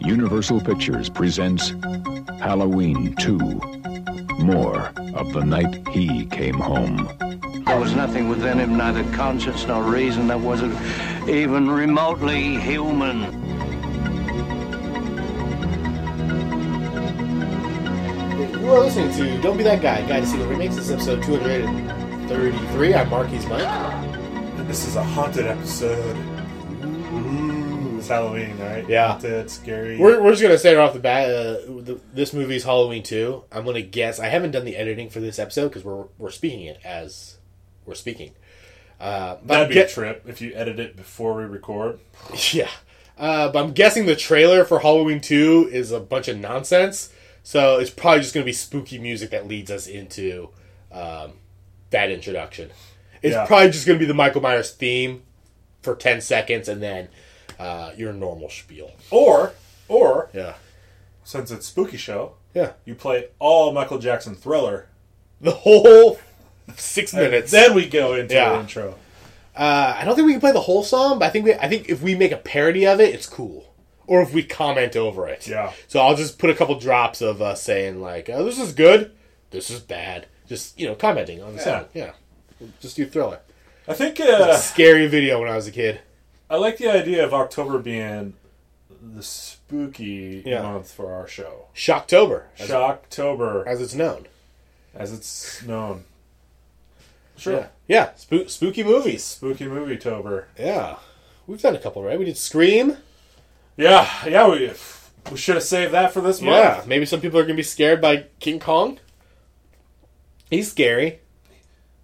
Universal Pictures presents Halloween 2 More of the Night He Came Home. There was nothing within him, neither conscience nor reason, that wasn't even remotely human. You are listening to Don't Be That Guy, Guide to Sequel Remakes. This is episode 233. I'm Marquis Mike. This is a haunted episode. Ooh, it's Halloween, right? Yeah. Haunted, scary. We're, we're just going to say it off the bat. Uh, the, this movie's Halloween 2. I'm going to guess. I haven't done the editing for this episode because we're, we're speaking it as we're speaking. Uh, but I'm That'd be a gue- trip if you edit it before we record. Yeah. Uh, but I'm guessing the trailer for Halloween 2 is a bunch of nonsense. So it's probably just going to be spooky music that leads us into um, that introduction. It's Yeah. probably just going to be the Michael Myers theme for 10 seconds and then uh, your normal spiel. Or, or Yeah. since it's spooky show, Yeah. you play all Michael Jackson Thriller. The whole six minutes. Then we go into Yeah. the intro. Uh, I don't think we can play the whole song, but I think we, I think if we make a parody of it, it's cool. Or if we comment over it. Yeah. So I'll just put a couple drops of us saying like, oh, "This is good. This is bad." Just you know, commenting on the Yeah. song. Yeah. We'll Just do thriller. I think uh, Scary video when I was a kid. I like the idea of October being the spooky Yeah. month for our show. Shocktober, as, Shocktober, as it's known. as it's known. Sure. Yeah. Yeah. Spook, spooky movies. Spooky movie tober. Yeah. We've done a couple, right? We did Scream. Yeah, yeah, we we should have saved that for this month. Yeah. Maybe some people are gonna be scared by King Kong. He's scary.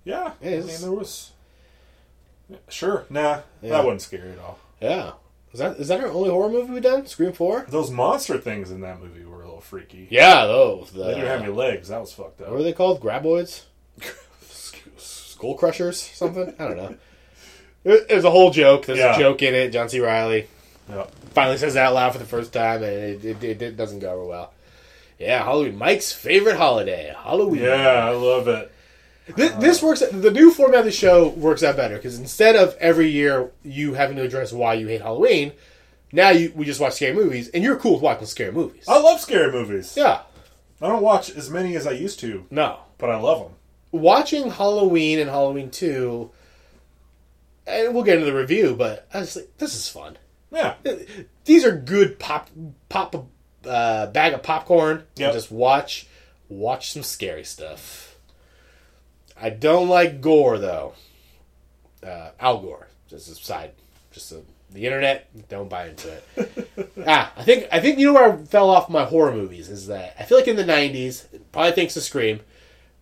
Yeah, Yeah, I it's- mean there was. Sure, nah, Yeah. that wasn't scary at all. Yeah. Is that is that our only horror movie we've done? Scream four? Those monster things in that movie were a little freaky. Yeah, those. The, they didn't have any legs. That was fucked what are up. they called? Graboids? Sk- Skull crushers? Something? I don't know. It- There's a whole joke. There's Yeah. a joke in it. John C. Riley Yeah. finally says it out loud for the first time, and it, it, it, it doesn't go over well. Yeah, Halloween. Mike's favorite holiday, Halloween. yeah, I love it. This, this works. The new format of the show works out better because instead of every year you having to address why you hate Halloween, now you we just watch scary movies, and you're cool with watching scary movies. I love scary movies. yeah. I don't watch as many as I used to, No. but I love them. watching Halloween and Halloween Two, and we'll get into the review. But I was like, this is fun. Yeah, These are good pop pop uh, bag of popcorn. Yep. And just watch watch some scary stuff. I don't like gore though. Uh, Al Gore, just a side, just a, the internet. Don't buy into it. ah, I think I think you know where I fell off my horror movies is that I feel like in the '90s, probably thanks to Scream,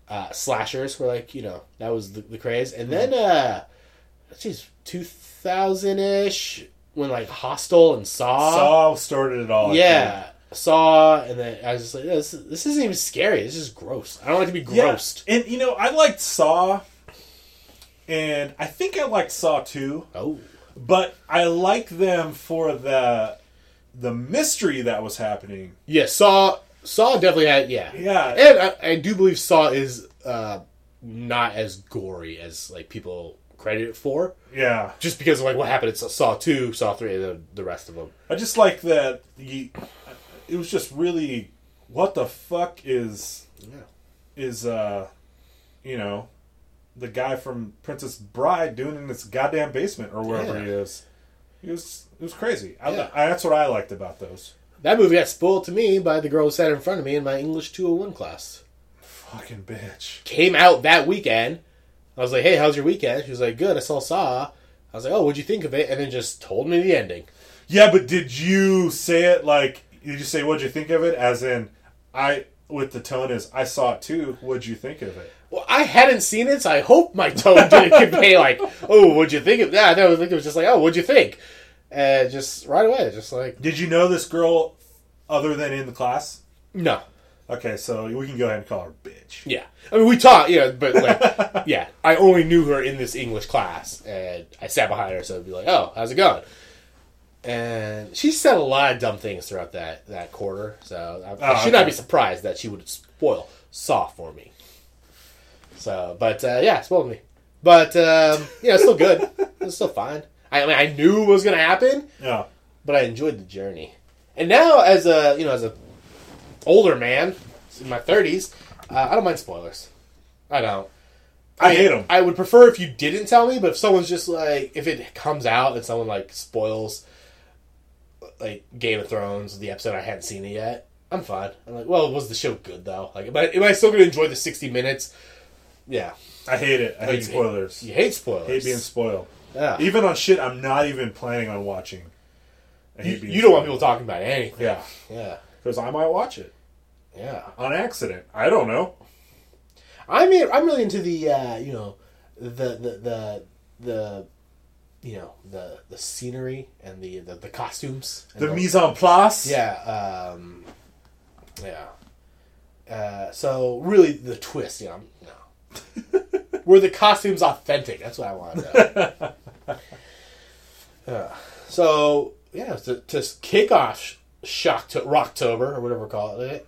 uh, slashers were like you know that was the, the craze, and then uh, geez, 2000 ish when like Hostel and Saw started it all. I think. yeah, saw, and then I was just like, this, this isn't even scary. This is gross. I don't like to be Yeah, grossed. And you know, I liked Saw, and I think I liked Saw too. Oh, but I like them for the the mystery that was happening. yeah, saw, saw definitely had yeah, Yeah. and I, I do believe saw is uh, not as gory as like people credit it for, Yeah, just because of like what happened. It's saw two, saw three, and the, the rest of them. I just like that. You, it was just really, what the fuck is Yeah. is uh, you know, the guy from Princess Bride doing in this goddamn basement or wherever Yeah. he is. It was it was crazy. I, Yeah. I, that's what I liked about those. That movie got spoiled to me by the girl who sat in front of me in my English 201 class. Fucking bitch. Came out that weekend. I was like, hey, how's your weekend? She was like, good, I saw Saw. I was like, oh, what'd you think of it? And then just told me the ending. Yeah, but did you say it like did you say what'd you think of it? As in, I with the tone is I saw it too. What'd you think of it? Well, I hadn't seen it, so I hope my tone didn't convey like, "Oh, what'd you think of that?" No, I think it was just like, "Oh, what'd you think?" Uh, just right away, just like, Did you know this girl other than in the class? "No, Okay, so we can go ahead and call her bitch. yeah." I mean, we taught, yeah, but like, yeah, I only knew her in this English class, and I sat behind her, so I'd be like, "Oh, how's it going?" And she said a lot of dumb things throughout that that quarter, so I, I Oh, should okay. not be surprised that she would spoil Saw for me. So, but uh, yeah, it spoiled me. But um, you know, it's still good. it's still fine. I, I mean, I knew it was gonna happen, Yeah. but I enjoyed the journey. And now, as a you know, as a older man in my thirties, uh, I don't mind spoilers. I don't. I hate them. I would prefer if you didn't tell me, but if someone's just like, if it comes out that someone like spoils, like Game of Thrones, the episode I hadn't seen it yet, I'm fine. I'm like, well, was the show good though? Like, am I, am I still going to enjoy the 60 minutes? Yeah, I hate it. I hate you- spoilers. you hate spoilers. I hate being spoiled. Yeah. Even on shit I'm not even planning on watching. I hate you don't want people talking about anything. Yeah, Yeah, because I might watch it yeah. on accident. I don't know. I'm in- I'm really into the uh, you know the the the the you know the the scenery and the the, the costumes. And The mise en place. Yeah. Um, yeah. Uh, so really, the twist, you know, no. Were the costumes authentic? That's what I want to know. Yeah. So yeah, to, to kick off Sh- Shock to Rocktober or whatever we call it.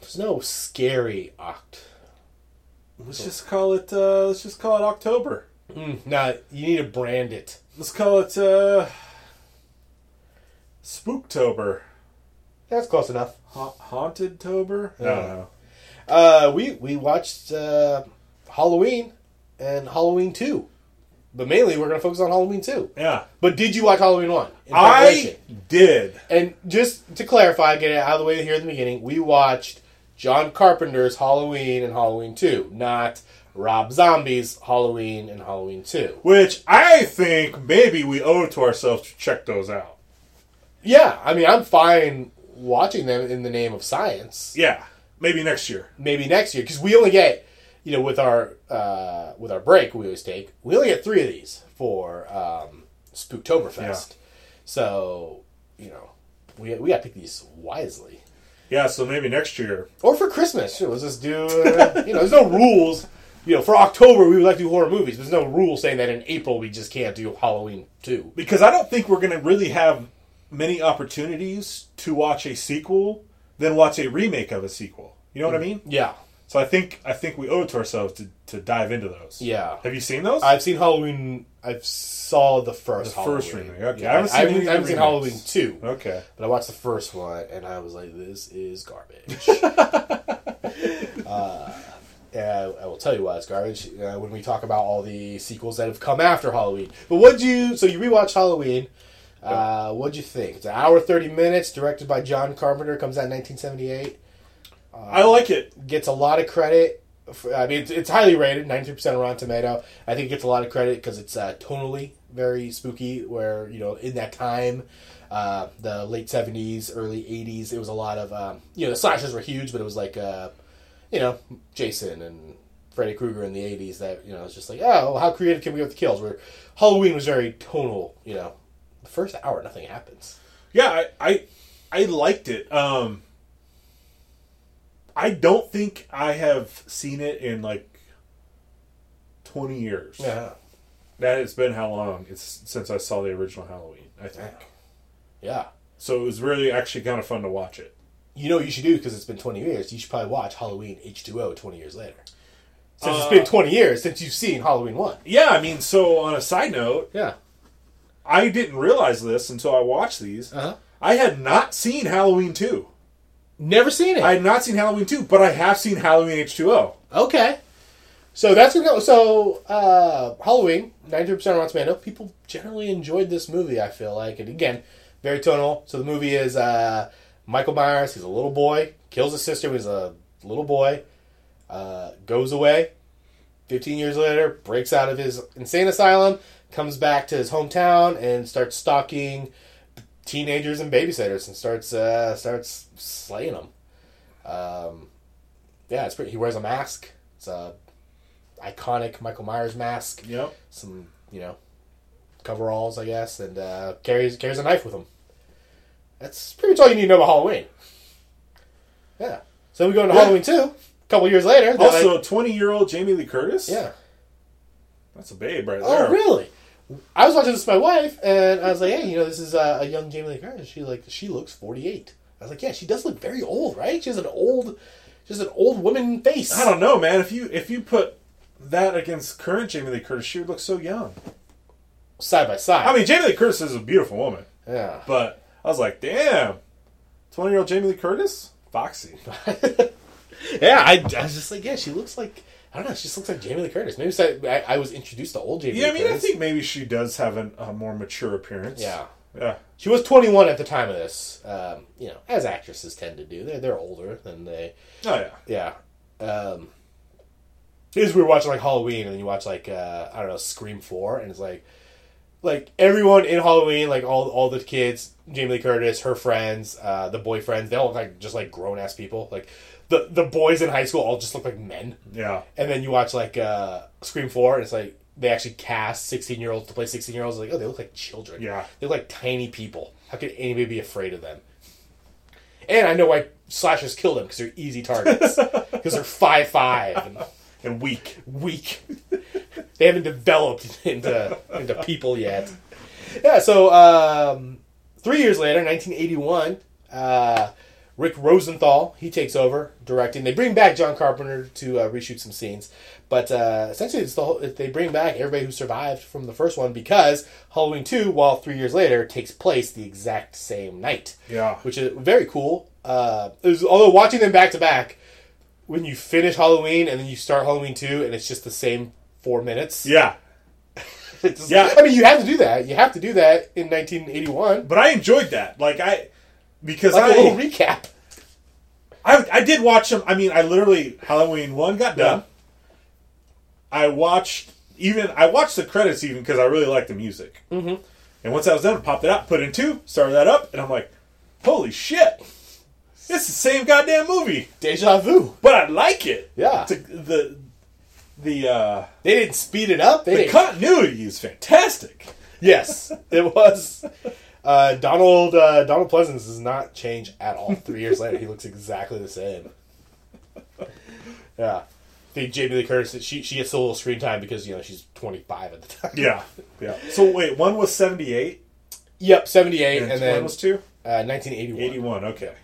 There's no scary oct. Let's just call it. Uh, let's just call it October. No, you need to brand it. Let's call it uh, Spooktober. That's close enough. Ha- Haunted Tober. I don't know. Uh, we we watched uh, Halloween and Halloween two, but mainly we're gonna focus on Halloween two. Yeah, But did you watch Halloween one? in I preparation? did. and just to clarify, get it out of the way here at the beginning. We watched John Carpenter's Halloween and Halloween two, not Rob Zombie's Halloween and Halloween two. Which I think maybe we owe it to ourselves to check those out. Yeah, I mean I'm fine watching them in the name of science. Yeah, maybe next year. maybe next year because we only get you know with our uh, with our break we always take we only get three of these for um, Spooktoberfest. Yeah. So you know we we got to pick these wisely. Yeah, so maybe next year. Or for Christmas, sure, let's just do. Uh, you know, there's no rules. You know, for October we would like to do horror movies. There's no rule saying that in April we just can't do Halloween too. Because I don't think we're going to really have many opportunities to watch a sequel, then watch a remake of a sequel. You know what I mean? Yeah, So I think I think we owe it to ourselves to, to dive into those. Yeah. Have you seen those? I've seen Halloween. I've saw the first The Halloween. first remake, okay. Yeah, I I haven't haven't seen I haven't, any I haven't seen remakes. Halloween two. okay. But I watched the first one and I was like, this is garbage. uh, and I will tell you why it's garbage uh, when we talk about all the sequels that have come after Halloween. But what'd you, so you rewatched Halloween. Uh, what'd you think? It's an hour, 30 minutes, directed by John Carpenter, comes out in 1978. I like it. Gets a lot of credit. For, I mean, it's, it's highly rated, 93% on Rotten Tomato. I think it gets a lot of credit because it's uh, tonally very spooky, where, you know, in that time, uh, the late 70s, early 80s, it was a lot of, um, you know, the slashers were huge, but it was like, uh, you know, Jason and Freddy Krueger in the 80s that, you know, it's just like, oh, well, how creative can we get with the kills? Where Halloween was very tonal, you know. The first hour, nothing happens. Yeah, I I, I liked it. Um I don't think I have seen it in like 20 years. That has been how long it's since I saw the original Halloween, I think. Yeah. So it was really actually kind of fun to watch it. you know what you should do because it's been 20 years you should probably watch halloween h2o 20 years later since it's been 20 years since you've seen halloween 1 Yeah, I mean, so on a side note, yeah I didn't realize this until I watched these. Uh-huh. I had not seen Halloween 2. never seen it I had not seen Halloween 2, but I have seen Halloween H2O. okay so that's gonna go so uh, halloween 92% on rotten tomato people generally enjoyed this movie i feel like and again very tonal so the movie is uh, michael myers he's a little boy kills his sister when he's a little boy uh, goes away 15 years later, breaks out of his insane asylum, comes back to his hometown, and starts stalking teenagers and babysitters and starts uh, starts slaying them. Um, yeah, it's pretty. He wears a mask. It's a iconic Michael Myers mask. Yep. Some you know coveralls, I guess, and uh, carries carries a knife with him. That's pretty much all you need to know about Halloween. Yeah. So we go into Yeah. Halloween two. A couple years later. that I- Also, 20 year old Jamie Lee Curtis? yeah. That's a babe right there. Oh, really? I was watching this with my wife, and I was like, "Hey, you know, this is uh, a young Jamie Lee Curtis. She like she looks forty eight. I was like, "Yeah, she does look very old, right? She has an old, just an old woman face." I don't know, man. If you if you put that against current Jamie Lee Curtis, she would look so young. side by side. I mean, Jamie Lee Curtis is a beautiful woman, yeah, but I was like, damn, twenty year old Jamie Lee Curtis, foxy. Yeah, I, I was just like, yeah, she looks like I don't know, she just looks like Jamie Lee Curtis. Maybe it's that I, I was introduced to old Jamie. Yeah, I Lee mean, I Curtis. think maybe she does have an, a more mature appearance. Yeah. yeah. she was 21 at the time of this. Um, you know, as actresses tend to do, they're they're older than they. Oh yeah. Yeah. Um, is we were watching like Halloween, and then you watch like uh, I don't know Scream Four, and it's like like everyone in Halloween, like all all the kids, Jamie Lee Curtis, her friends, uh, the boyfriends, they all look like just like grown ass people. Like the the boys in high school all just look like men. Yeah. And then you watch like uh, Scream Four, and it's like they actually cast sixteen year olds to play sixteen year olds. Like, oh, they look like children. Yeah. they look like tiny people. How could anybody be afraid of them? And I know why slashers kill them because they're easy targets because they're five five and And weak. weak. they haven't developed into into people yet. Yeah. So um, three years later, 1981, uh, Rick Rosenthal he takes over directing. They bring back John Carpenter to uh, reshoot some scenes, but uh, essentially it's the whole, they bring back everybody who survived from the first one because Halloween two, while three years later, takes place the exact same night. Yeah. Which is very cool. Uh, it was, although watching them back to back when you finish Halloween and then you start Halloween two, and it's just the same four minutes. Yeah. It's just- Yeah. I mean, you have to do that. You have to do that in 1981. But I enjoyed that. Like I, because Like I, a little recap. I, I did watch them. I mean, I literally Halloween one got done. I watched even I watched the credits even because I really liked the music. Mm-hmm. And once I was done, I popped it out, put in two, started that up, and I'm like, holy shit, it's the same goddamn movie, Deja vu. but I like it. Yeah. It's like the the uh, They didn't speed it up. They the didn't. continuity is fantastic. Yes, it was. Uh, Donald uh, Donald Pleasance does not change at all. Three years later, he looks exactly the same. Yeah, the Jamie Lee Curtis she she gets a little screen time because you know she's 25 at the time. Yeah, yeah. So wait, one was seventy eight, Yep, 78, and, and, then one was two. uh, 1981. Eighty one. Okay.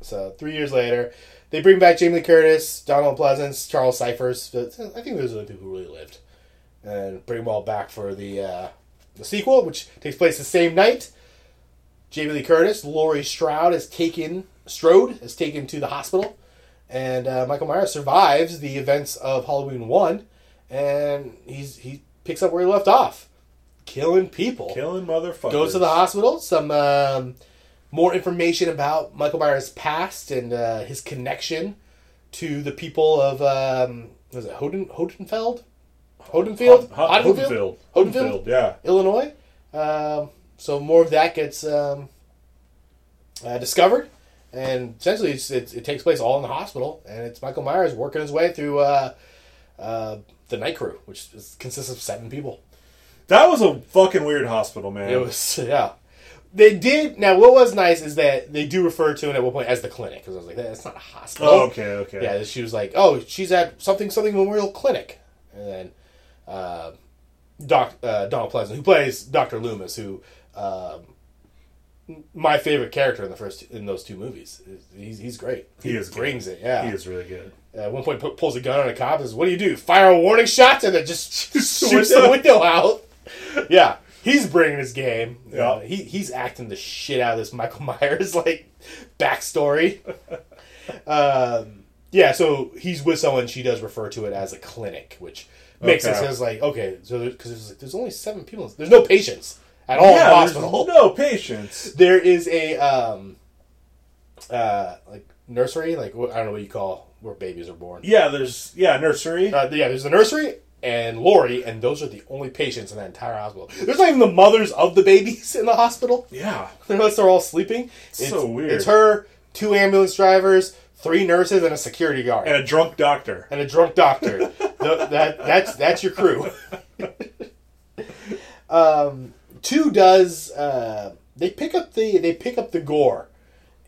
So three years later, they bring back Jamie Lee Curtis, Donald Pleasance, Charles Cyphers. But I think those are the people who really lived, and bring them all back for the uh, the sequel, which takes place the same night. Jamie Lee Curtis, Laurie Stroud is taken, Strode is taken to the hospital, and uh, Michael Myers survives the events of Halloween one, and he's he picks up where he left off, killing people Killing motherfuckers. goes to the hospital. Some um, more information about Michael Myers' past and uh, his connection to the people of um, was it Hoden Hodenfeld, Hodenfield, Hot- Hodenfield, Hodenfield. Hodenfield, Yeah. Illinois. Um, so more of that gets um, uh, discovered, and essentially it's, it's, it takes place all in the hospital, and it's Michael Myers working his way through. Uh, uh, the night crew, which is, consists of seven people. That was a fucking weird hospital, man. It was yeah. They did now. What was nice is that they do refer to it at one point as the clinic because I was like, that's not a hospital. Oh, okay, okay. Yeah, she was like, oh, she's at something something Memorial Clinic, and then uh, Doc uh, Donald Pleasant, who plays Doctor Loomis, who um, my favorite character in the first in those two movies. He's he's great. He is good. brings it. Yeah, He is really good. At one point, pu- pulls a gun on a cop. and Says, "What do you do? Fire a warning shot?" And then just shoots the window. window out. Yeah, he's bringing his game. Yeah, Yeah. he he's acting the shit out of this Michael Myers like backstory. um, yeah, so he's with someone. She does refer to it as a clinic, which makes Okay. sense. It's like okay, so because there's, like, there's only seven people. There's no patients at all in the yeah, there's Oh, hospital no patience. there is a um uh like nursery like wh- i don't know what you call where babies are born Yeah, there's yeah nursery. uh, yeah there's the nursery and Lori, and those are the only patients in that entire hospital. There's not even the mothers of the babies in the hospital, yeah, unless they're all sleeping. It's, so weird. It's her, two ambulance drivers, three nurses, and a security guard, and a drunk doctor. and a drunk doctor. Th- that that's that's your crew. um, two does uh, they pick up the they pick up the gore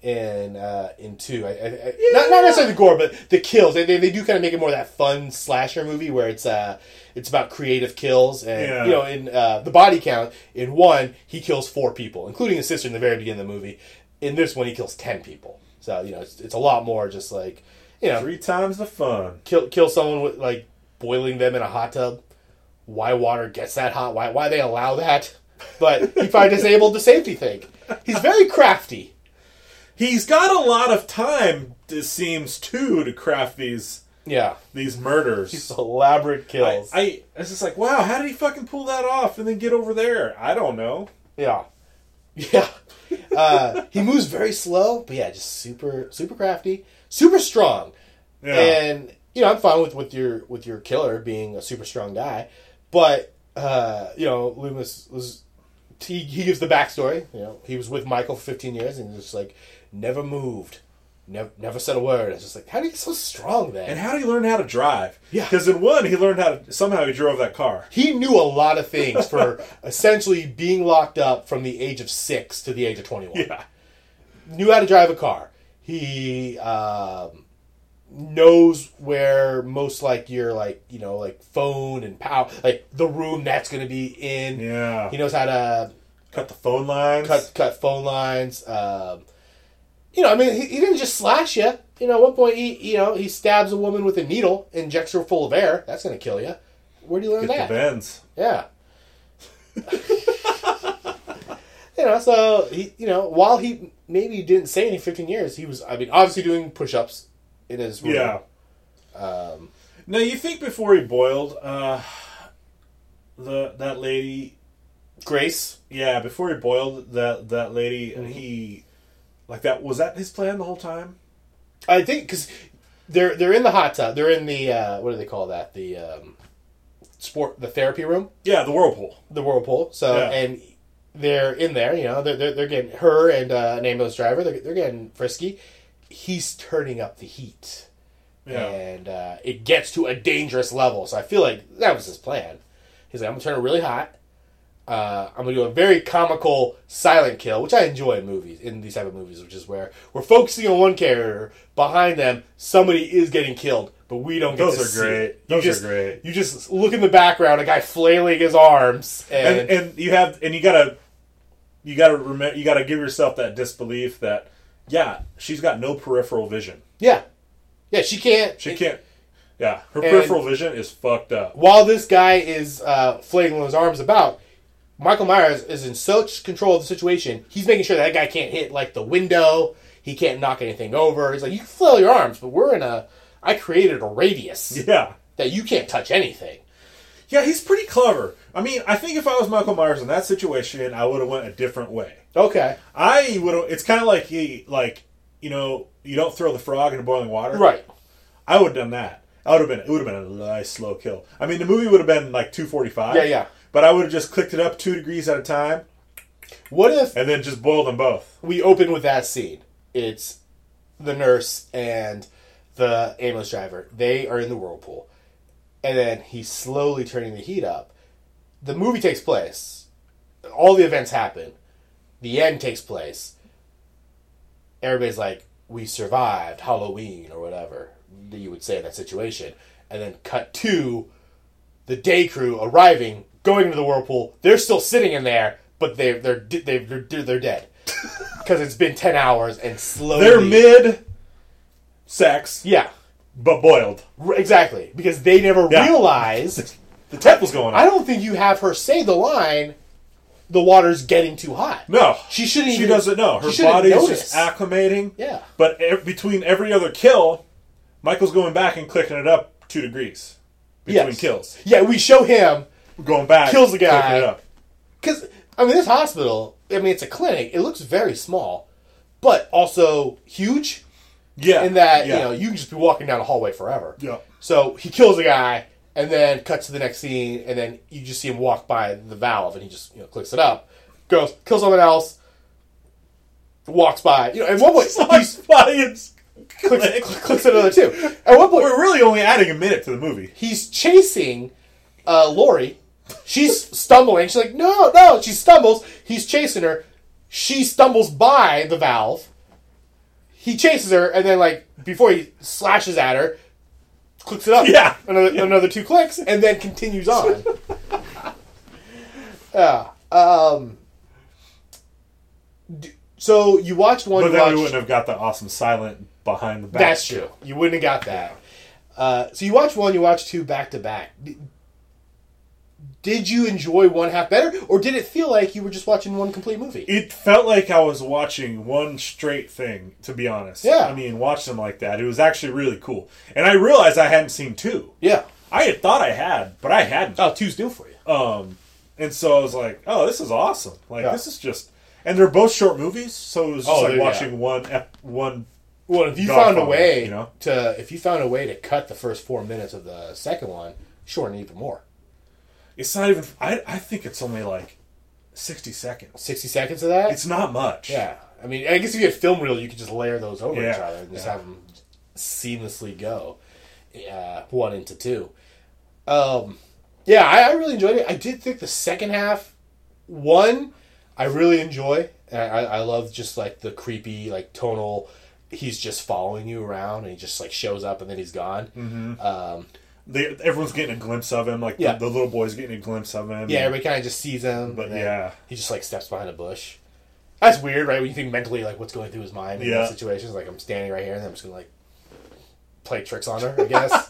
in uh, in two. I, I, I, not, not necessarily the gore, but the kills. They, they, they do kind of make it more that fun slasher movie where it's uh it's about creative kills and Yeah. you know in uh, the body count in one he kills four people, including his sister in the very beginning of the movie. In this one, he kills ten people. So you know it's, it's a lot more just like you know Three times the fun. kill kill someone with like boiling them in a hot tub. Why water gets that hot? Why why they allow that? But he probably disabled the safety thing. He's very crafty. He's got a lot of time. It seems too to craft these Yeah. these murders. These elaborate I, kills. I it's just like wow, how did he fucking pull that off and then get over there? I don't know. yeah. Yeah. Uh, he moves very slow, but yeah, just super, super crafty, super strong. Yeah, And you know, I'm fine with with your with your killer being a super strong guy, but uh, you know, Loomis was he, he gives the backstory. You know, he was with Michael for 15 years and just like never moved, never never said a word. It's just like, how do you get so strong then? and how did he learn how to drive? Yeah. because in one he learned how to somehow he drove that car. he knew a lot of things for essentially being locked up from the age of six to the age of 21. Yeah, knew how to drive a car. He um, knows where most like your like you know like phone and power like the room that's gonna be in. Yeah. he knows how to cut the phone lines. cut cut phone lines. Um, you know, I mean, he, he didn't just slash you. You know, at one point he you know he stabs a woman with a needle, injects her full of air. That's gonna kill you. Where do you learn that? Get the bends. Yeah. you know, so he, you know, while he maybe didn't say any 15 years, he was, I mean, obviously doing push-ups in his room. Yeah. Um, now you think before he boiled, uh, the that lady, Grace. yeah, before he boiled that that lady, he like that was that his plan the whole time? I think because they're they're in the hot tub. They're in the uh, what do they call that? The um, sport, the therapy room, Yeah, the whirlpool. the whirlpool. So Yeah. and they're in there. You know, they're they're, they're getting her and uh, an ambulance driver. They're, they're getting frisky. He's turning up the heat. Yeah, and uh, it gets to a dangerous level. So I feel like that was his plan. He's like, I'm gonna turn it really hot. Uh, I'm gonna do a very comical silent kill, which I enjoy in movies, in these type of movies, which is where we're focusing on one character. Behind them, somebody is getting killed, but we don't. Get Those to are see great. it. You Those are just, great. You just look in the background, a guy flailing his arms, and, and and you have and you gotta you gotta remember you gotta give yourself that disbelief that yeah she's got no peripheral vision yeah, yeah, she can't. she it- can't yeah her peripheral vision is fucked up while this guy is uh, flailing his arms about, Michael Myers is in such control of the situation. He's making sure that guy can't hit like the window. He can't knock anything over. He's like, you can flail your arms, but we're in a. I created a radius yeah that you can't touch anything. Yeah, he's pretty clever. I mean, I think if I was Michael Myers in that situation, I would have went a different way. Okay. I would have. It's kind of like he, like you know, you don't throw the frog into boiling water. Right. I would have done that. I would have been. It would have been a nice slow kill. I mean, the movie would have been like two forty five. Yeah, yeah. But I would have just clicked it up two degrees at a time What if and then just boiled them both. we open with that scene? It's the nurse and the ambulance driver. They are in the whirlpool. And then he's slowly turning the heat up. The movie takes place. All the events happen. The end takes place. Everybody's like, we survived Halloween or whatever that you would say in that situation. And then cut to the day crew arriving, going into the whirlpool. They're still sitting in there, but they're, they're, de- they're, they're, they're dead. Because it's been 10 hours and slowly. They're mid sex, Yeah. but boiled. R- Exactly, because they never Yeah. realized. The tep was going on. I don't think you have her say the line. The water's getting too hot. No, she shouldn't. She even- doesn't know. Her she shouldn't body is notice. just acclimating. Yeah. But e- between every other kill, Michael's going back and clicking it up two degrees between Yes. kills. Yeah, we show him Going back, Kills the guy. Clicking it up. because I mean this hospital. I mean it's a clinic. It looks very small, but also huge. Yeah. In that yeah. you know you can just be walking down a hallway forever. Yeah. So he kills a guy, and then cuts to the next scene, and then you just see him walk by the valve, and he just you know clicks it up, goes kills someone else, walks by. You know, at one point he's Audience. clicks, cl- clicks another two. At one point, We're really only adding a minute to the movie. he's chasing uh, Lori. She's stumbling. She's like, no, no. She stumbles. He's chasing her. She stumbles by the valve. He chases her, and then like before he slashes at her, clicks it up. Yeah. another another two clicks, and then continues on. yeah. Um. d- So you watched one. But you then we watched- wouldn't have got the awesome silent behind the back. that's true. You wouldn't have got that. Uh, so you watch one, you watch two back to back. D- Did you enjoy one half better, or did it feel like you were just watching one complete movie? It felt like I was watching one straight thing, to be honest. Yeah. I mean, watching them like that, it was actually really cool. And I realized I hadn't seen two. yeah. I had thought I had, but I hadn't. Oh, two's new for you. Um, and so I was like, "Oh, this is awesome! Like Yeah. this is just." And they're both short movies, so it was just Oh, like they're- yeah. watching one ep- one. Well, if you Godfather, found a way you know? to, if you found a way to cut the first four minutes of the second one, shorten it even more. It's not even. I I think it's only like sixty seconds. Sixty seconds of that. It's not much. yeah, I mean, I guess if you had film reel, you could just layer those over each Yeah, other and just yeah. have them seamlessly go uh, one into two. Um, yeah, I, I really enjoyed it. I did think the second half, one, I really enjoy. And I, I I love just like the creepy, like tonal. He's just following you around, and he just like shows up, and then he's gone. Mm-hmm. Um, They, everyone's getting a glimpse of him. Like the- Yeah. the, little boy's getting a glimpse of him. Yeah, everybody kind of just sees him, But and then yeah. he just like steps behind a bush. That's weird, right? When you think mentally, like what's going through his mind in Yeah. those situations, like I'm standing right here, and I'm just gonna like play tricks on her, I guess.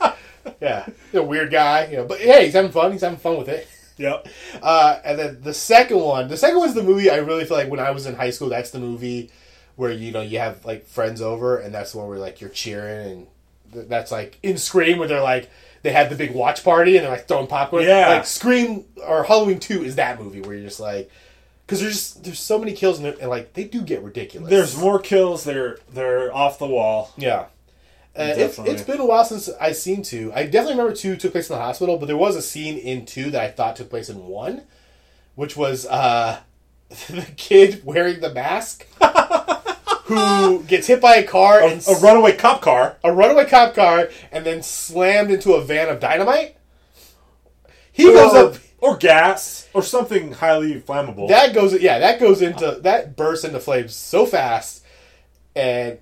yeah, he's a weird guy, you know. But hey, he's having fun. He's having fun with it. Yep. Uh, and then the second one, the second one's the movie I really feel like when I was in high school, that's the movie where you know you have like friends over, and that's the one where like you're cheering, and th- that's like in Scream where they're like they have the big watch party and they're like throwing popcorn. Yeah. like Scream or Halloween Two is that movie where you're just like because there's just there's so many kills and, they're- and like they do get ridiculous. There's more kills. They're they're off the wall. yeah. Uh, it's, Definitely. it's been a while since I've seen two. I definitely remember two took place in the hospital, but there was a scene in two that I thought took place in one, which was uh, the kid wearing the mask who gets hit by a car A, and a runaway cop car. a runaway cop car and then slammed into a van of dynamite. He goes Or, up. or gas or something highly flammable. That goes. Yeah, that goes into that bursts into flames so fast, and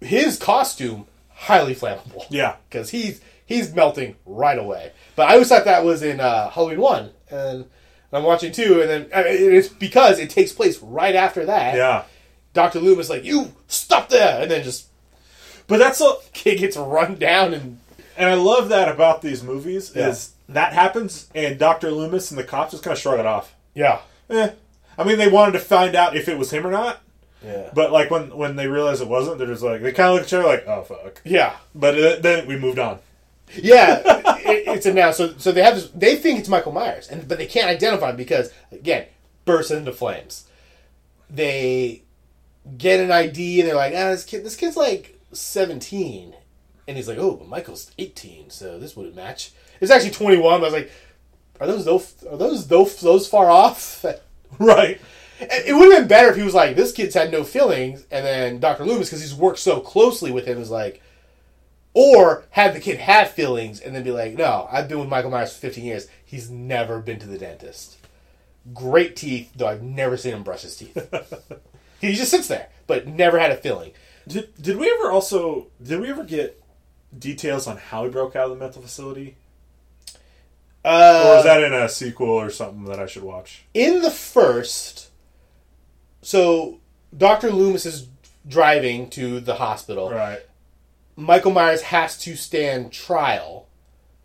his costume highly flammable. yeah. because he's he's melting right away. But I always thought that was in uh, Halloween one, and I'm watching two, and then I mean, it's because it takes place right after that. Yeah. Doctor Loomis like you stop there, and then just But that's a kid gets run down and And I love that about these movies Yeah. is that happens, and Doctor Loomis and the cops just kind of shrug it off. yeah Eh. I mean, they wanted to find out if it was him or not, yeah but like when when they realize it wasn't, they're just like they kind of look at each other like, "Oh fuck." yeah But uh, then we moved on. yeah it, it's a now so so they have this, they think it's Michael Myers and but they can't identify him because again bursts into flames. They get an ID and they're like, ah, this kid, this kid's like seventeen, and he's like, oh, but Michael's eighteen, so this wouldn't match. It's actually twenty one. But I was like, are those those are those those, those far off? Right. It it would have been better if he was like, this kid's had no feelings, and then Dr. Loomis, because he's worked so closely with him, is like, or have the kid have feelings and then be like, no, I've been with Michael Myers for 15 years. He's never been to the dentist. Great teeth, though I've never seen him brush his teeth. he just sits there, but never had a feeling. Did did we ever also did we ever get details on how he broke out of the mental facility, Uh, or is that in a sequel or something that I should watch? in the first, so Dr. Loomis is driving to the hospital. Right. Michael Myers has to stand trial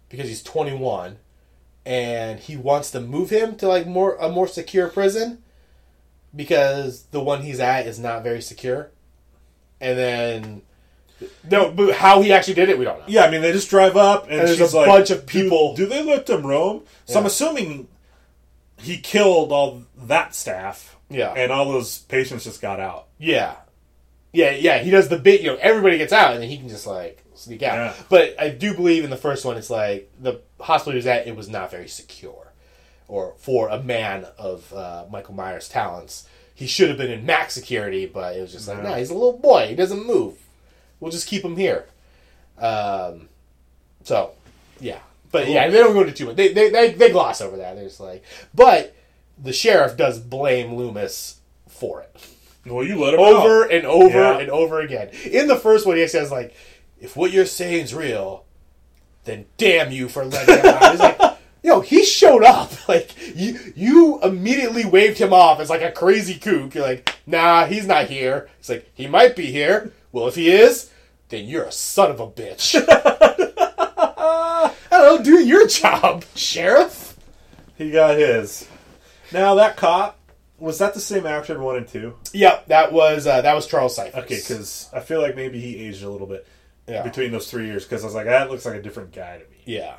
because he's 21 and he wants to move him to like more a more secure prison because the one he's at is not very secure. And then no, but how he actually did it, we don't know. Yeah, I mean they just drive up and, there's she's a like, bunch of "Do- people- Do, they let them roam? So I'm assuming he killed all that staff. Yeah. and all those patients just got out. Yeah. Yeah, yeah, he does the bit, you know, everybody gets out and then he can just like sneak out. Yeah. But I do believe in the first one it's like the hospital he was at it was not very secure. Or for a man of uh, Michael Myers' talents. He should have been in max security, but it was just like, no, he's a little boy, he doesn't move. We'll just keep him here. Um so yeah. But yeah, they don't go into too much. They, they they they gloss over that. They're just like but the sheriff does blame Loomis for it Well, you let him over and over Oh. Yeah. and over again. In the first one, he says like, "If what you're saying is real, then damn you for letting him out." He's like, "Yo, he showed up. Like you, you immediately waved him off as like a crazy kook. You're like, nah, he's not here. It's like he might be here. Well, if he is, then you're a son of a bitch. I don't know. Do your job, sheriff. He got his. Now that cop was that the same actor in one and two? Yep, that was uh, that was Charles Cyphers. Okay, because I feel like maybe he aged a little bit Yeah. between those three years. Because I was like, that looks like a different guy to me. yeah.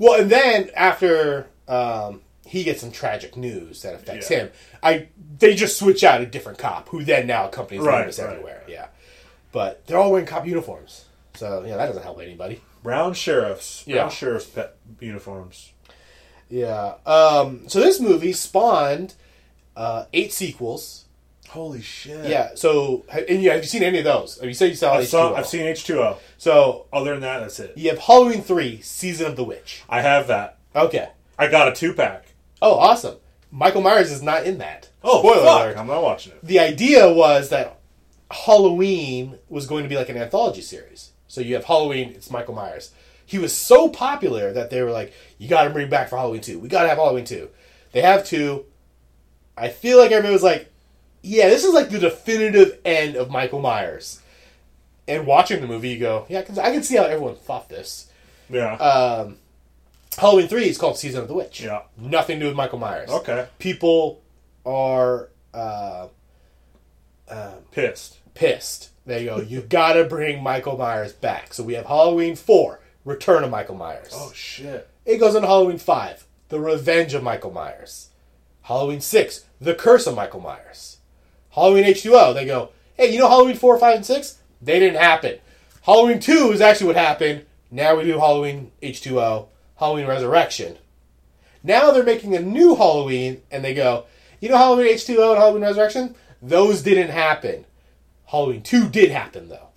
Well, and then after um, he gets some tragic news that affects Yeah. him, I they just switch out a different cop who then now accompanies Right, Loomis right. everywhere. Yeah, but they're all wearing cop uniforms, so yeah, that doesn't help anybody. Brown sheriffs, brown Yeah. sheriffs pet uniforms. Yeah. Um, so this movie spawned uh, eight sequels. Holy shit! Yeah. So ha- and yeah, have you seen any of those? Have you said you saw? I saw, H2O? I've seen H two O. So Other than that, that's it. you have Halloween three, Season of the Witch. I have that. Okay. I got a two pack. Oh, awesome. Michael Myers is not in that. Oh, Spoiler fuck! alert. I'm not watching it. The idea was that Halloween was going to be like an anthology series. So you have Halloween, it's Michael Myers. He was so popular that they were like, you got to bring him back for Halloween 2. We got to have Halloween 2. They have 2. I feel like everybody was like, yeah, this is like the definitive end of Michael Myers. And watching the movie, you go, yeah, I can, I can see how everyone thought this. Yeah. Uh, Halloween 3 is called Season of the Witch. Yeah. Nothing to do with Michael Myers. okay. People are uh, Pissed. pissed. They go, you gotta bring Michael Myers back. So we have Halloween 4, Return of Michael Myers. Oh shit! It goes into Halloween 5, The Revenge of Michael Myers. Halloween 6, The Curse of Michael Myers. Halloween H2O, they go, hey, you know Halloween 4, 5, and 6? They didn't happen. Halloween 2 is actually what happened. Now we do Halloween H2O, Halloween Resurrection. Now they're making a new Halloween, and they go, you know Halloween H2O and Halloween Resurrection? Those didn't happen. Halloween 2 did happen, though.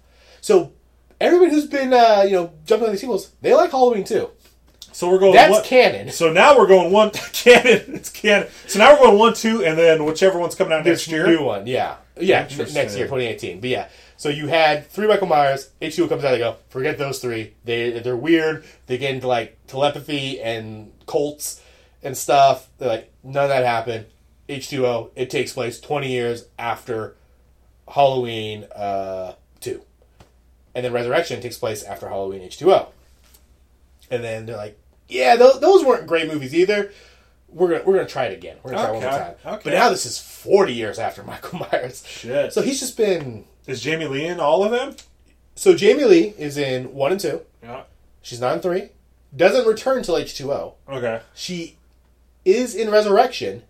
So everyone who's been, uh, you know, jumping on these sequels, they like Halloween 2. So we're going. That's one- canon. So now we're going one canon. It's canon. So now we're going one, two, and then whichever one's coming out next year. New one, yeah. Yeah, n- Interesting. next year, 2018. But yeah, so you had three Michael Myers. H2O comes out, they go, forget those three. They, they're weird. They get into like telepathy and cults and stuff. They're like, none of that happened. H2O, it takes place 20 years after Halloween uh, 2. And then Resurrection takes place after Halloween H2O. And then they're like, yeah, those, those weren't great movies either. We're gonna, we're gonna try it again. We're gonna try it one Okay, more time. okay. But now this is 40 years after Michael Myers. Shit. So he's just been. Is Jamie Lee in all of them? So Jamie Lee is in 1 and 2. Yeah. She's not in 3. Doesn't return till H2O. Okay. She is in Resurrection,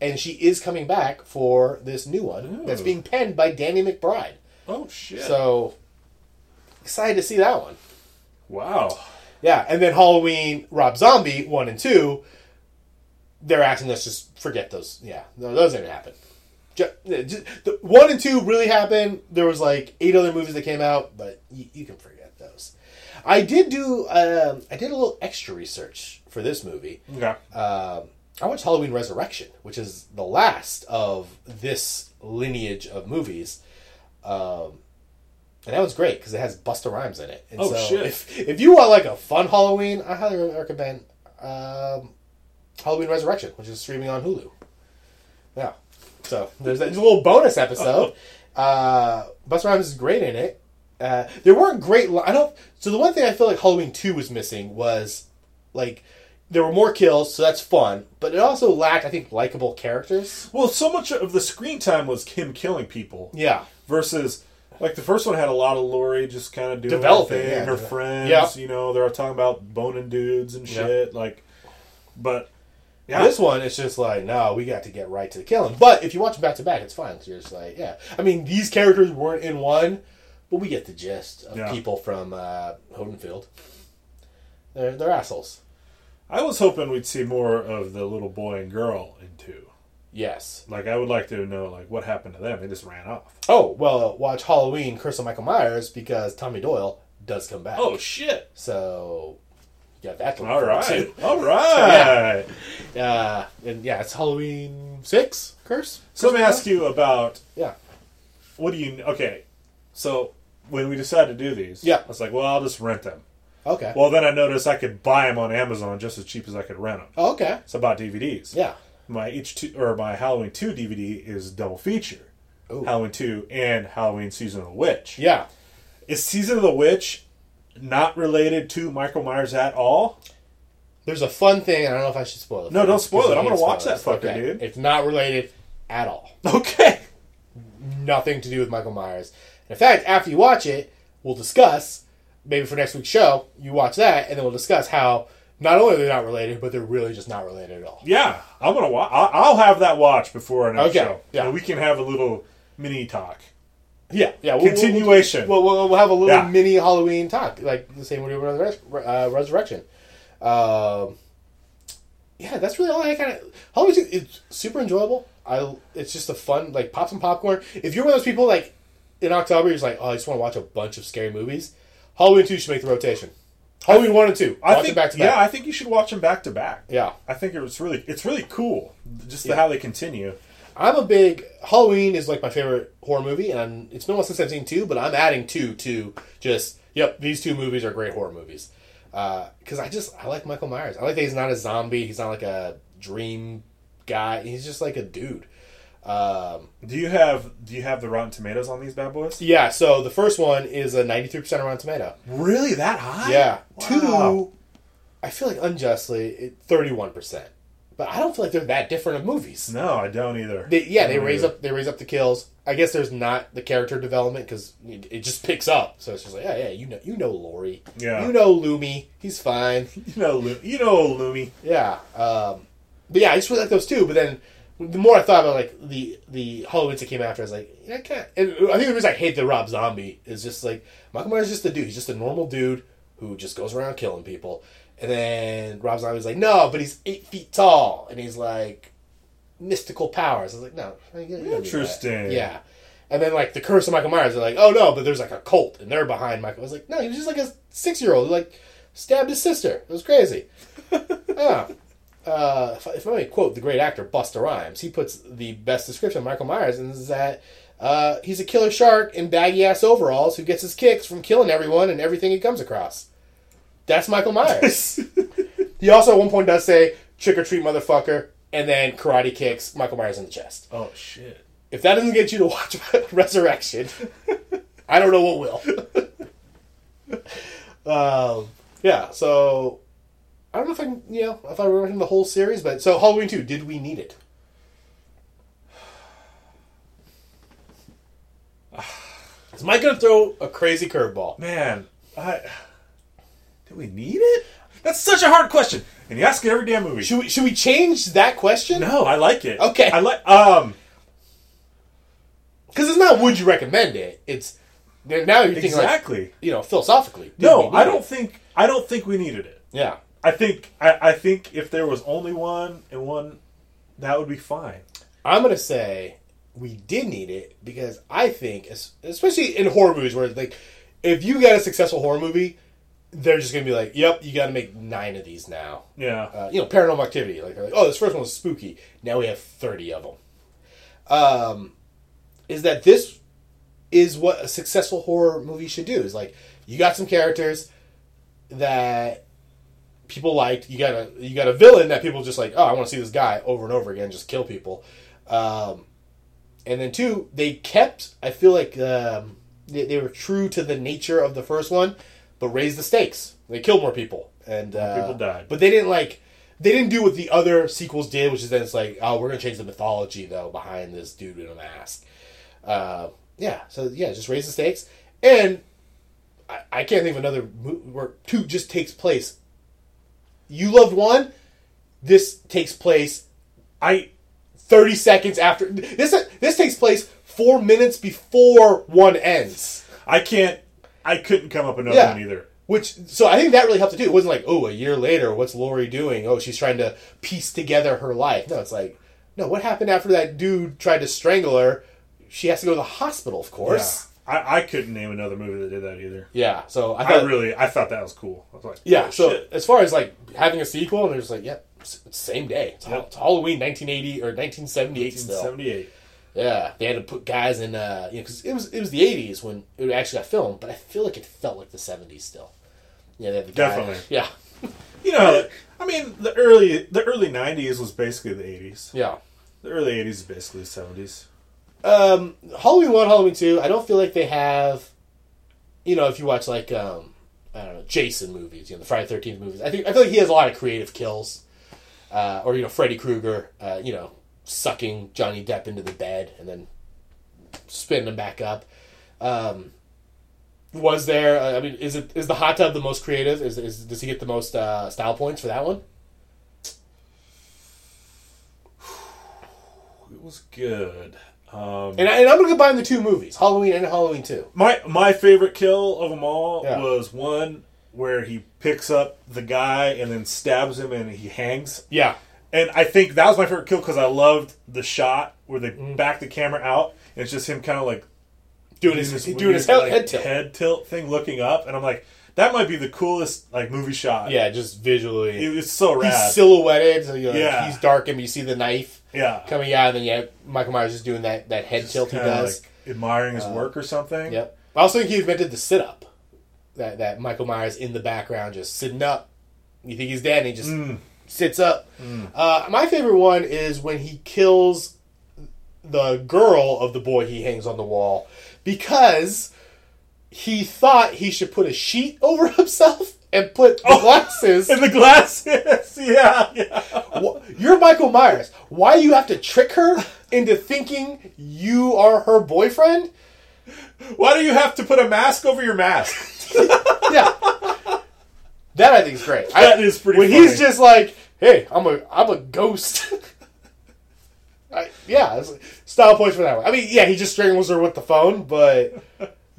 and she is coming back for this new one that's being penned by Danny McBride. Oh shit! So excited to see that one. wow. Yeah, and then Halloween, Rob Zombie one and two. They're asking us just forget those. Yeah, no, those didn't happen. Ju- yeah, ju- the one and two really happened. There was like eight other movies that came out, but you, you can forget those. I did do. Um, I did a little extra research for this movie. Okay. Um, I watched Halloween Resurrection, which is the last of this lineage of movies. Um, and that was great because it has Busta Rhymes in it. And Oh, shit. If, if you want like a fun Halloween, I highly recommend um, Halloween Resurrection, which is streaming on Hulu. Yeah. So there's that there's a little bonus episode. Uh, Busta Rhymes is great in it. Uh, there weren't great. Li- I don't. So the one thing I feel like Halloween Two was missing was like there were more kills, so that's fun, but it also lacked I think likable characters. Well, so much of the screen time was him killing people. Yeah. Versus, like the first one had a lot of Lori just kind of doing her Developing, thing, yeah. her friends. Yeah. You know, they're all talking about boning dudes and shit. Like, but yeah, This one, it's just like, no, we got to get right to the killing. But if you watch them back to back, it's fine. 'cause you're just like, yeah. I mean, these characters weren't in one, but we get the gist of Yeah. people from uh, Hodenfield. They're, they're assholes. I was hoping we'd see more of the little boy and girl in two. Yes. Like, I would like to know like what happened to them. They just ran off. Oh, well, watch Halloween, Curse of Michael Myers, because Tommy Doyle does come back. shit! So, you got that to look Oh, All forward right, to. all right. Uh, and yeah, it's Halloween 6, Curse? So let me ask you about Yeah. what do you okay? So when we decided to do these, Yeah. I was like, well, I'll just rent them. Okay. Well, then I noticed I could buy them on Amazon just as cheap as I could rent them. oh, okay. So I bought DVDs. Yeah. My H two or my Halloween two DVD is double feature. Ooh. Halloween two and Halloween season of the witch. Yeah. Is season of the witch not related to Michael Myers at all? There's a fun thing. and I don't know if I should spoil it. for No, you, don't spoil it. because I I'm gonna hate watch spoilers. that fucker, dude. It's not related at all. Okay. Nothing to do with Michael Myers. In fact, after you watch it, we'll discuss. Maybe for next week's show, you watch that, and then we'll discuss how not only they're not related, but they're really just not related at all. Yeah, I'm gonna watch. I'll have that watch before our next Okay, show. yeah. and we can have a little mini talk. Yeah, yeah. Continuation. We'll, we'll, we'll have a little Yeah. mini Halloween talk, like the same we do with Resur- uh, Resurrection. Um, yeah, that's really all I kind of Halloween. It's super enjoyable. I it's just a fun like pop some popcorn. If you're one of those people like in October, you're just like, oh, I just want to watch a bunch of scary movies. Halloween two should make the rotation. Halloween one and two, I watch think. it back to Yeah, back. I think you should watch them back to back. Yeah, I think it was really. It's really cool. Just the, how they continue. I'm a big Halloween is like my favorite horror movie, and I'm, it's been a while since I've seen two, but I'm adding two to just yep. These two movies are great horror movies because I just I like Michael Myers. I like that he's not a zombie. He's not like a dream guy. He's just like a dude. Um, Do you have Do you have the Rotten Tomatoes on these bad boys? yeah. So the first one is a 93% on Rotten Tomato. Really, that high? Yeah. Wow. Two, I feel like unjustly it, 31%, but I don't feel like they're that different of movies. No, I don't either. They, yeah, they Don't raise either. up. They raise up the kills. I guess there's not the character development because it, it just picks up. So it's just like, yeah, yeah, you know, you know, Lori. Yeah. You know, Loomy. He's fine. You know, Loo- you know, old Loomy. Yeah. Um, but yeah, I just really like those two. But then the more I thought about like the the Halloween that came after, I was like, yeah, I can't. And I think the reason I hate the Rob Zombie is just like Michael Myers is just a dude. He's just a normal dude who just goes around killing people. And then Rob Zombie's like, no, but he's eight feet tall, and he's like mystical powers. I was like, no, you gotta- you gotta do that. Interesting. Yeah. And then like the curse of Michael Myers, they're like, oh no, but there's like a cult and they're behind Michael. I was like, no, he was just like a six year old who like stabbed his sister. It was crazy. yeah. Uh, if, if I may quote the great actor Busta Rhymes, he puts the best description of Michael Myers and is that uh, he's a killer shark in baggy ass overalls who gets his kicks from killing everyone and everything he comes across. That's Michael Myers. he also at one point does say trick or treat motherfucker and then karate kicks Michael Myers in the chest Oh shit. if that doesn't get you to watch Resurrection, I don't know what will. um, yeah, so I don't know if I, can- you know, if I remember the whole series, but so Halloween two, did we need it? Is Mike gonna throw a crazy curveball? Man, I do we need it? That's such a hard question, and you ask it every damn movie. Should we, should we change that question? No, I like it. Okay. I like. Um, Because it's not would you recommend it. It's now you're thinking exactly. like you know philosophically. did we no, need I don't it? think. I don't think we needed it. Yeah. I think. I, I think if there was only one and one, that would be fine. I'm gonna say we did need it because I think, es- especially in horror movies, where like if you got a successful horror movie, they're just gonna be like, "Yep, you got to make nine of these now." Yeah. Uh, you know, Paranormal Activity. Like, they're like, "Oh, this first one was spooky. Now we have thirty of them." Um, is that this is what a successful horror movie should do? Is like you got some characters that people liked. You got a you got a villain that people just like. Oh, I want to see this guy over and over again, just kill people. Um, and then two, they kept. I feel like um, they, they were true to the nature of the first one, but raised the stakes. They killed more people, and uh, people died. But they didn't like. They didn't do what the other sequels did, which is then it's like, oh, we're gonna change the mythology though behind this dude in a mask. Uh, yeah, so yeah, just raise the stakes, and I, I can't think of another mo- where two just takes place you loved one. This takes place I. thirty seconds after this. This takes place four minutes before one ends. I can't. I couldn't come up with another Yeah. one either. Which so I think that really helped to do. It wasn't like oh a year later, what's Lori doing? Oh she's trying to piece together her life. No, it's like no, what happened after that dude tried to strangle her? She has to go to the hospital, of Yeah. course. I, I couldn't name another movie that did that either. Yeah. so I I thought really. I thought that was cool. I was like, Yeah, oh, so shit. as far as like having a sequel, and they're just like, yeah, it's it's same day. It's, Hall- Yep. it's Halloween, nineteen eighty or nineteen seventy eight still. 1978. Yeah, they had to put guys in, uh, you know, because it was it was the '80s when it actually got filmed, but I feel like it felt like the '70s still. Yeah, they had the guy- Definitely. Yeah, You know. I mean, the early the early '90s was basically the '80s. yeah. The early '80s is basically the '70s. Um, Halloween one, Halloween two. I don't feel like they have, you know, if you watch like um, I don't know Jason movies, you know the Friday Thirteenth movies. I think I feel like he has a lot of creative kills, uh, or you know Freddy Krueger, uh, you know sucking Johnny Depp into the bed and then spinning him back up. Um, was there? Uh, I mean, is it is the hot tub the most creative? Is, is does he get the most uh, style points for that one? It was good. Um, And, I, and I'm gonna combine the two movies, Halloween and Halloween Two. my my favorite kill of them all Yeah. was one where he picks up the guy and then stabs him and he hangs. Yeah, And I think that was my favorite kill because I loved the shot where they Mm. back the camera out and it's just him kind of like doing his this doing his weird, head, like, head tilt. head tilt thing, looking up, and I'm like, that might be the coolest like movie shot. Yeah, just visually. it was so rad. he's silhouetted, so you know, Yeah. he's dark, and you see the knife yeah, coming out, and then yeah, Michael Myers is doing that that head tilt he Kinda, does. like, admiring his work or something. Uh, yep. I also think he invented the sit up. That that Michael Myers in the background just sitting up. You think he's dead, and he just Mm. sits up. Uh, my favorite one is when he kills the girl of the boy he hangs on the wall because he thought he should put a sheet over himself and put the glasses Oh, And the glasses. yeah, yeah. Wha- You're Michael Myers. Why you have to trick her into thinking you are her boyfriend? Why do you have to put a mask over your mask? Yeah, that I think is great. That I, is pretty When funny. he's just like, "Hey, I'm a I'm a ghost." I, yeah, it's- style points for that one. I mean, yeah, he just strangles her with the phone, but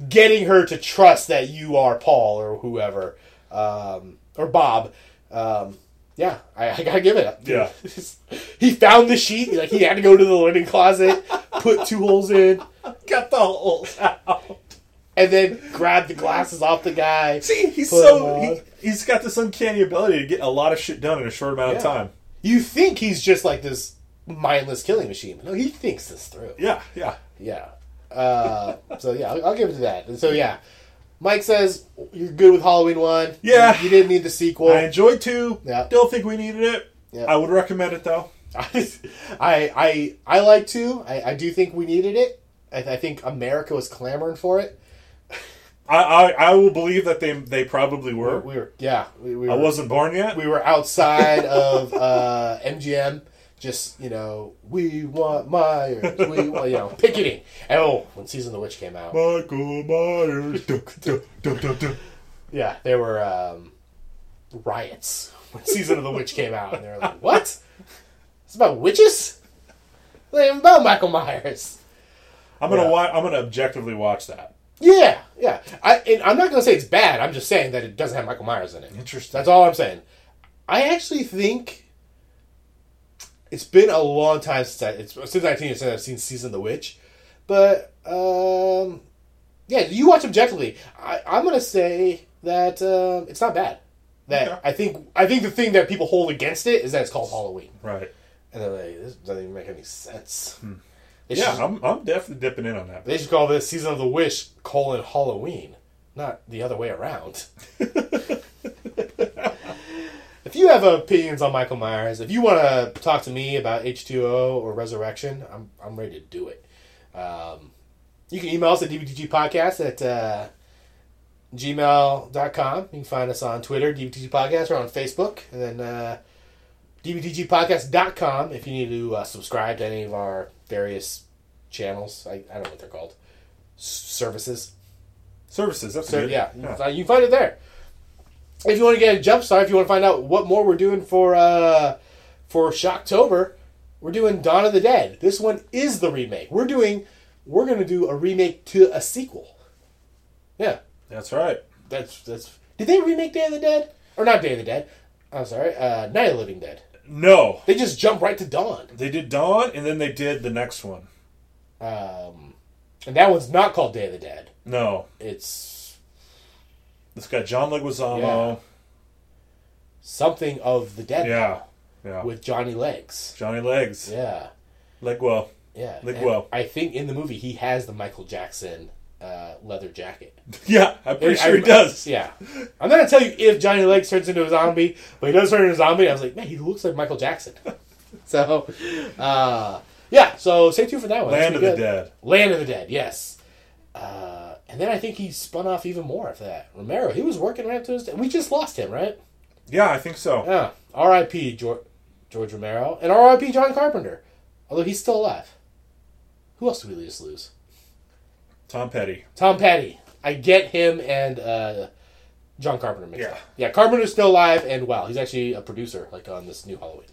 getting her to trust that you are Paul or whoever um, or Bob. Um, yeah, I, I gotta give it up. Yeah. he found the sheet. Like he had to go to the linen closet, put two holes in, Got the holes out. and then grab the glasses off the guy. See, he's Put so him on. he, he's got this uncanny ability to get a lot of shit done in a short amount of Yeah. time. You think he's just like this mindless killing machine. No, he thinks this through. Yeah, yeah. Yeah. Uh, so yeah, I'll, I'll give it to that. And so yeah, Mike says you're good with Halloween one. Yeah. you, you didn't need the sequel. I enjoyed two. Yeah. Don't think we needed it. Yeah. I would recommend it though. I, I, I like to. I, I do think we needed it. I, I think America was clamoring for it. I, I I will believe that they they probably were. We were, yeah, we, we I were, wasn't born yet. we were outside of uh, MGM, just you know, we want Myers, we want you know, picketing. And, oh, when Season of the Witch came out, Michael Myers. Dun, dun, dun, dun, dun. yeah, there were um, riots when Season of the Witch came out, and they were like, "What? It's about witches? It's not even about Michael Myers." I'm gonna Yeah. watch. I'm gonna objectively watch that. Yeah, yeah. I and I'm not gonna say it's bad. I'm just saying that it doesn't have Michael Myers in it. Interesting. That's all I'm saying. I actually think it's been a long time since I it's since I've seen since I've seen season of the witch, but um, yeah, you watch objectively. I, I'm gonna say that um, it's not bad. That Okay. I think I think the thing that people hold against it is that it's called Halloween, Right. and they're like, this doesn't even make any sense. They should Hmm. Yeah, I'm, I'm definitely dipping in on that. they should call this season of the wish colon Halloween, not the other way around. if you have opinions on Michael Myers, if you want to talk to me about H2O or Resurrection, I'm, I'm ready to do it. Um, you can email us at dbtgpodcast at uh, gmail.com. You can find us on Twitter, dbtgpodcast, or on Facebook. And then uh, dbtgpodcast.com if you need to uh, subscribe to any of our various channels. I, I don't know what they're called. S- services. Services. That's So good. yeah, you can find- you can find it there. If you want to get a jump start, if you want to find out what more we're doing for uh for Shocktober, we're doing Dawn of the Dead. This one is the remake. We're doing we're gonna do a remake to a sequel. Yeah. That's right. That's that's did they remake Day of the Dead? Or not Day of the Dead. I'm sorry, uh Night of the Living Dead. No, They just jump right to Dawn. they did Dawn, and then they did the next one. Um and that one's not called Day of the Dead. No, It's it's got John Leguizamo. Yeah. something of the dead Yeah, yeah. with Johnny Legs. Johnny Legs. Yeah, Legwell. yeah. Like, And well. I think in the movie he has the Michael Jackson uh, leather jacket. Yeah, I'm pretty sure I- he does. Yeah, I'm not gonna tell you if Johnny Legs turns into a zombie, but he does turn into a zombie. I was like, man, he looks like Michael Jackson. so, uh, yeah. So stay tuned for that one. That's Land of pretty the good. Dead. Land of the Dead. Yes. Uh, And then I think he spun off even more after that. Romero, he was working right up to his. We just lost him, right? Yeah, I think so. Yeah. R.I.P. George, George Romero and R.I.P. John Carpenter, although he's still alive. Who else did we just lose? Tom Petty. Tom Petty. I get him and uh, John Carpenter mixed Yeah. up. Yeah, Carpenter's still alive, and wow, he's actually a producer, like on this new Halloween.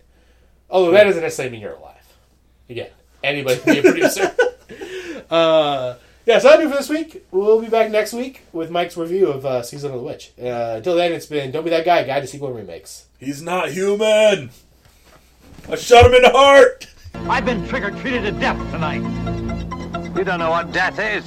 Although that doesn't necessarily mean you're alive. Again, anybody can be a producer. uh, yeah, so that'll be for this week. We'll be back next week with Mike's review of uh, Season of the Witch. Uh, until then, it's been Don't Be That Guy, Guide to Sequel and Remakes. He's not human. I shot him in the heart. I've been trick or treated to death tonight. You don't know what death is.